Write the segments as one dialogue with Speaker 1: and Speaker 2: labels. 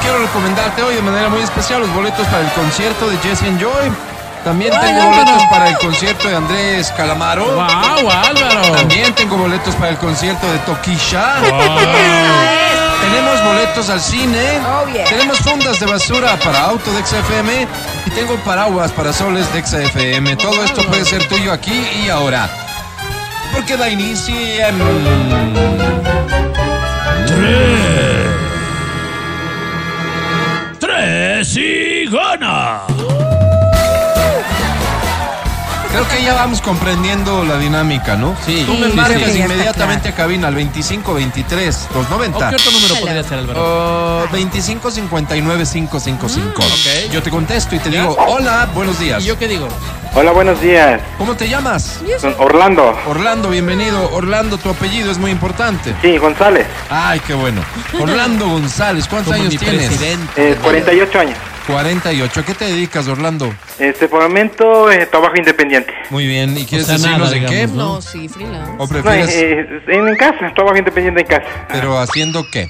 Speaker 1: recomendarte hoy de manera muy especial los boletos para el concierto de Jesse and Joy. También tengo boletos para el concierto de Andrés Calamaro.
Speaker 2: ¡Wow, Álvaro!
Speaker 1: También tengo boletos para el concierto de Toquisha.
Speaker 2: Wow.
Speaker 1: Tenemos boletos al cine.
Speaker 3: Oh, yeah.
Speaker 1: Tenemos fundas de basura para auto de XFM. Y tengo paraguas para soles de XFM. Todo esto puede ser tuyo aquí y ahora. Porque da inicio. em, en
Speaker 2: ¡Tres y gana!
Speaker 1: Creo que ya vamos comprendiendo la dinámica, ¿no?
Speaker 2: Sí,
Speaker 1: Tú me
Speaker 2: sí,
Speaker 1: marcas
Speaker 3: sí.
Speaker 1: inmediatamente a cabina al 2523
Speaker 2: ¿O
Speaker 1: 290.
Speaker 2: qué otro número podría ser, Álvaro?
Speaker 1: Uh, 2559-555.
Speaker 2: ok.
Speaker 1: Yo te contesto y te digo, hola, buenos días.
Speaker 2: ¿Y yo qué digo?
Speaker 4: Hola, buenos días.
Speaker 1: ¿Cómo te llamas?
Speaker 4: Son Orlando.
Speaker 1: Orlando, bienvenido. Orlando, tu apellido es muy importante.
Speaker 4: Sí, González.
Speaker 1: Ay, qué bueno. Orlando González, ¿cuántos
Speaker 2: Como
Speaker 1: años
Speaker 2: mi
Speaker 1: tienes?
Speaker 2: presidente.
Speaker 4: Eh, 48 años.
Speaker 1: 48. ¿A qué te dedicas, Orlando?
Speaker 4: Este, por el momento, eh, trabajo independiente.
Speaker 1: Muy bien. ¿Y quieres
Speaker 2: sea,
Speaker 1: decirnos
Speaker 2: nada,
Speaker 1: de qué?
Speaker 2: digamos,
Speaker 3: No, sí, freelance.
Speaker 1: ¿O
Speaker 4: No,
Speaker 1: prefieres,
Speaker 4: eh, eh, en, en casa, trabajo independiente en casa.
Speaker 1: pero haciendo qué?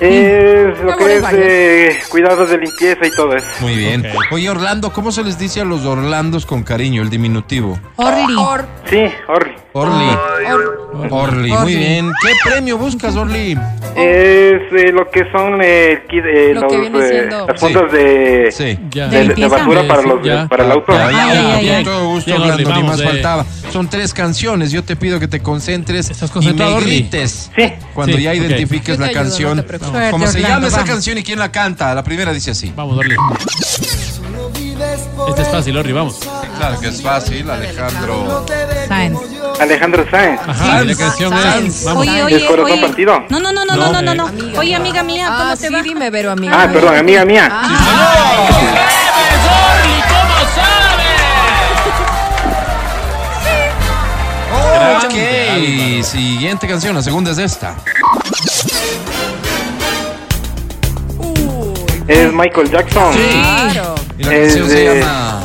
Speaker 4: Es lo
Speaker 3: Ahora
Speaker 4: que es
Speaker 3: vale.
Speaker 4: eh, cuidados de limpieza y todo eso.
Speaker 1: Muy bien.
Speaker 2: Ok.
Speaker 1: Oye, Orlando, ¿cómo se les dice a los Orlandos con cariño, el diminutivo?
Speaker 3: Orly.
Speaker 4: Sí, Orly.
Speaker 1: Orly.
Speaker 3: Or-
Speaker 1: Orly, muy
Speaker 3: Orly.
Speaker 1: bien. ¿Qué premio buscas, Orly?
Speaker 4: Es eh, lo que son eh, el kit, eh,
Speaker 3: Lo que viene
Speaker 4: eh,
Speaker 3: siendo-
Speaker 4: las puntas de,
Speaker 1: Sí.
Speaker 2: Ya.
Speaker 4: de- de
Speaker 3: limpieza.
Speaker 4: basura para,
Speaker 2: Sí,
Speaker 4: los,
Speaker 2: Ah, ya.
Speaker 4: para el auto.
Speaker 1: Ah, Ya, ya, ya,
Speaker 3: Ay, ay,
Speaker 1: con
Speaker 3: ay.
Speaker 1: todo gusto,
Speaker 2: Bien,
Speaker 1: Orlando, ni
Speaker 2: Orly, vamos,
Speaker 1: más
Speaker 2: eh.
Speaker 1: faltaba. Son tres canciones. Yo te pido que te concentres
Speaker 2: ¿Estás
Speaker 1: y
Speaker 2: concentrado,
Speaker 1: me
Speaker 2: Orly?
Speaker 1: grites
Speaker 4: Sí.
Speaker 1: cuando
Speaker 2: Sí,
Speaker 1: ya
Speaker 2: ok.
Speaker 1: identifiques
Speaker 3: Yo te
Speaker 1: la
Speaker 3: ayudo, no
Speaker 1: canción.
Speaker 3: te preocupes. Suerte,
Speaker 1: Como se llama
Speaker 3: Orlando,
Speaker 1: esa
Speaker 3: vamos.
Speaker 1: canción y quién la canta. La primera dice así.
Speaker 2: Vamos, Orly. Este es fácil, Orly, vamos.
Speaker 1: Claro que es fácil, Alejandro.
Speaker 3: Sáenz.
Speaker 4: Alejandro Sáenz.
Speaker 2: Ajá, la canción es...
Speaker 3: Sans.
Speaker 2: Vamos.
Speaker 5: Oye,
Speaker 4: ¿Es
Speaker 5: oye,
Speaker 4: corazón
Speaker 5: oye.
Speaker 4: partido?
Speaker 5: No, no, no, no,
Speaker 2: No,
Speaker 5: no, no, no,
Speaker 2: ok.
Speaker 5: no. Oye, amiga mía, ¿cómo
Speaker 3: Ah,
Speaker 5: te
Speaker 3: sí,
Speaker 5: va?
Speaker 3: dime, Vero, amiga.
Speaker 4: Ah, perdón, amiga mía.
Speaker 1: Ok, siguiente canción. La segunda es esta.
Speaker 4: Es Michael Jackson.
Speaker 3: Claro.
Speaker 1: Y la
Speaker 4: Es
Speaker 1: canción se
Speaker 4: de-
Speaker 1: llama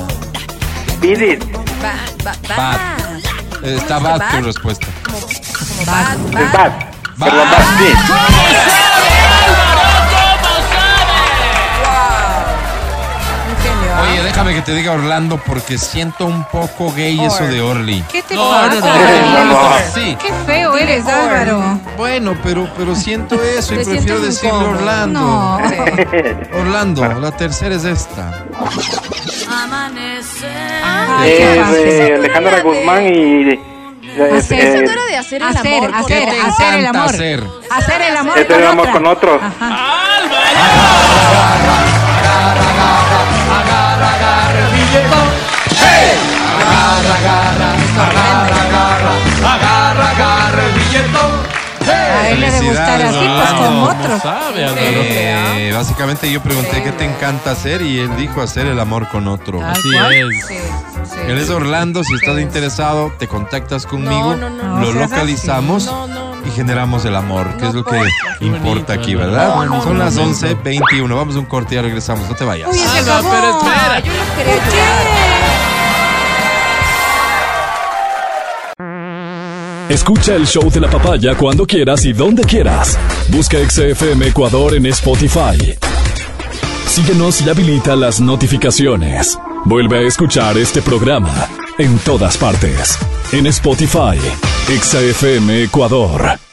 Speaker 4: Beat It.
Speaker 3: Va, va, va.
Speaker 1: Bad. Está bad tu respuesta.
Speaker 3: Va,
Speaker 4: Es
Speaker 3: va.
Speaker 4: Bad. Perdón, Bad Beat.
Speaker 3: Un genio, ¿ah?
Speaker 1: Oye, déjame que te diga Orlando porque siento un poco gay eso de Orly.
Speaker 5: ¿Qué te
Speaker 2: No,
Speaker 5: pasa?
Speaker 2: no,
Speaker 4: no, no.
Speaker 1: Sí.
Speaker 5: Qué feo eres, Álvaro.
Speaker 1: Bueno, pero, pero siento eso y
Speaker 3: Te
Speaker 1: prefiero
Speaker 3: sientes
Speaker 1: decirle
Speaker 3: incómodo.
Speaker 1: Orlando.
Speaker 5: No.
Speaker 1: Orlando, la tercera es esta.
Speaker 3: Ah,
Speaker 5: Ay,
Speaker 3: eh,
Speaker 5: qué
Speaker 4: Es
Speaker 5: fácil.
Speaker 4: de Alejandra Guzmán y. eh,
Speaker 5: Hacer.
Speaker 4: eh,
Speaker 5: Esa no
Speaker 3: de hacer el
Speaker 5: Hacer,
Speaker 3: amor con
Speaker 1: otra.
Speaker 5: hacer, hacer
Speaker 1: ¿Qué te
Speaker 5: el
Speaker 1: encanta
Speaker 5: amor.
Speaker 1: hacer?
Speaker 5: Hacer el amor
Speaker 4: Hacer el amor eh, Este con otro.
Speaker 5: Ajá. pues, A él le debe gustar
Speaker 1: Felicidades,
Speaker 5: así, pues con
Speaker 1: Orlando.
Speaker 5: otro.
Speaker 2: sabe, Álvaro?
Speaker 1: Eh, básicamente yo pregunté qué te encanta hacer y él dijo hacer el amor con otro.
Speaker 2: Así es.
Speaker 3: Sí, sí.
Speaker 1: Él es de Orlando, si estás interesado, te contactas conmigo,
Speaker 3: no, no,
Speaker 1: lo
Speaker 5: no seas
Speaker 1: localizamos
Speaker 3: No, no, no.
Speaker 1: y generamos el amor, que es lo que
Speaker 2: Qué bonito,
Speaker 1: importa aquí,
Speaker 2: Álvaro.
Speaker 1: ¿verdad?
Speaker 2: No, no,
Speaker 1: Son
Speaker 2: no,
Speaker 1: las
Speaker 2: no, no.
Speaker 1: 11.21, vamos a un corte y ya regresamos, no te vayas.
Speaker 5: Uy, se
Speaker 2: Alba,
Speaker 5: acabó.
Speaker 2: pero espera.
Speaker 3: Yo los quería ayudar.
Speaker 6: Escucha el show de la papaya cuando quieras y donde quieras. Busca XFM Ecuador en Spotify. Síguenos y habilita las notificaciones. Vuelve a escuchar este programa en todas partes. En Spotify, XFM Ecuador.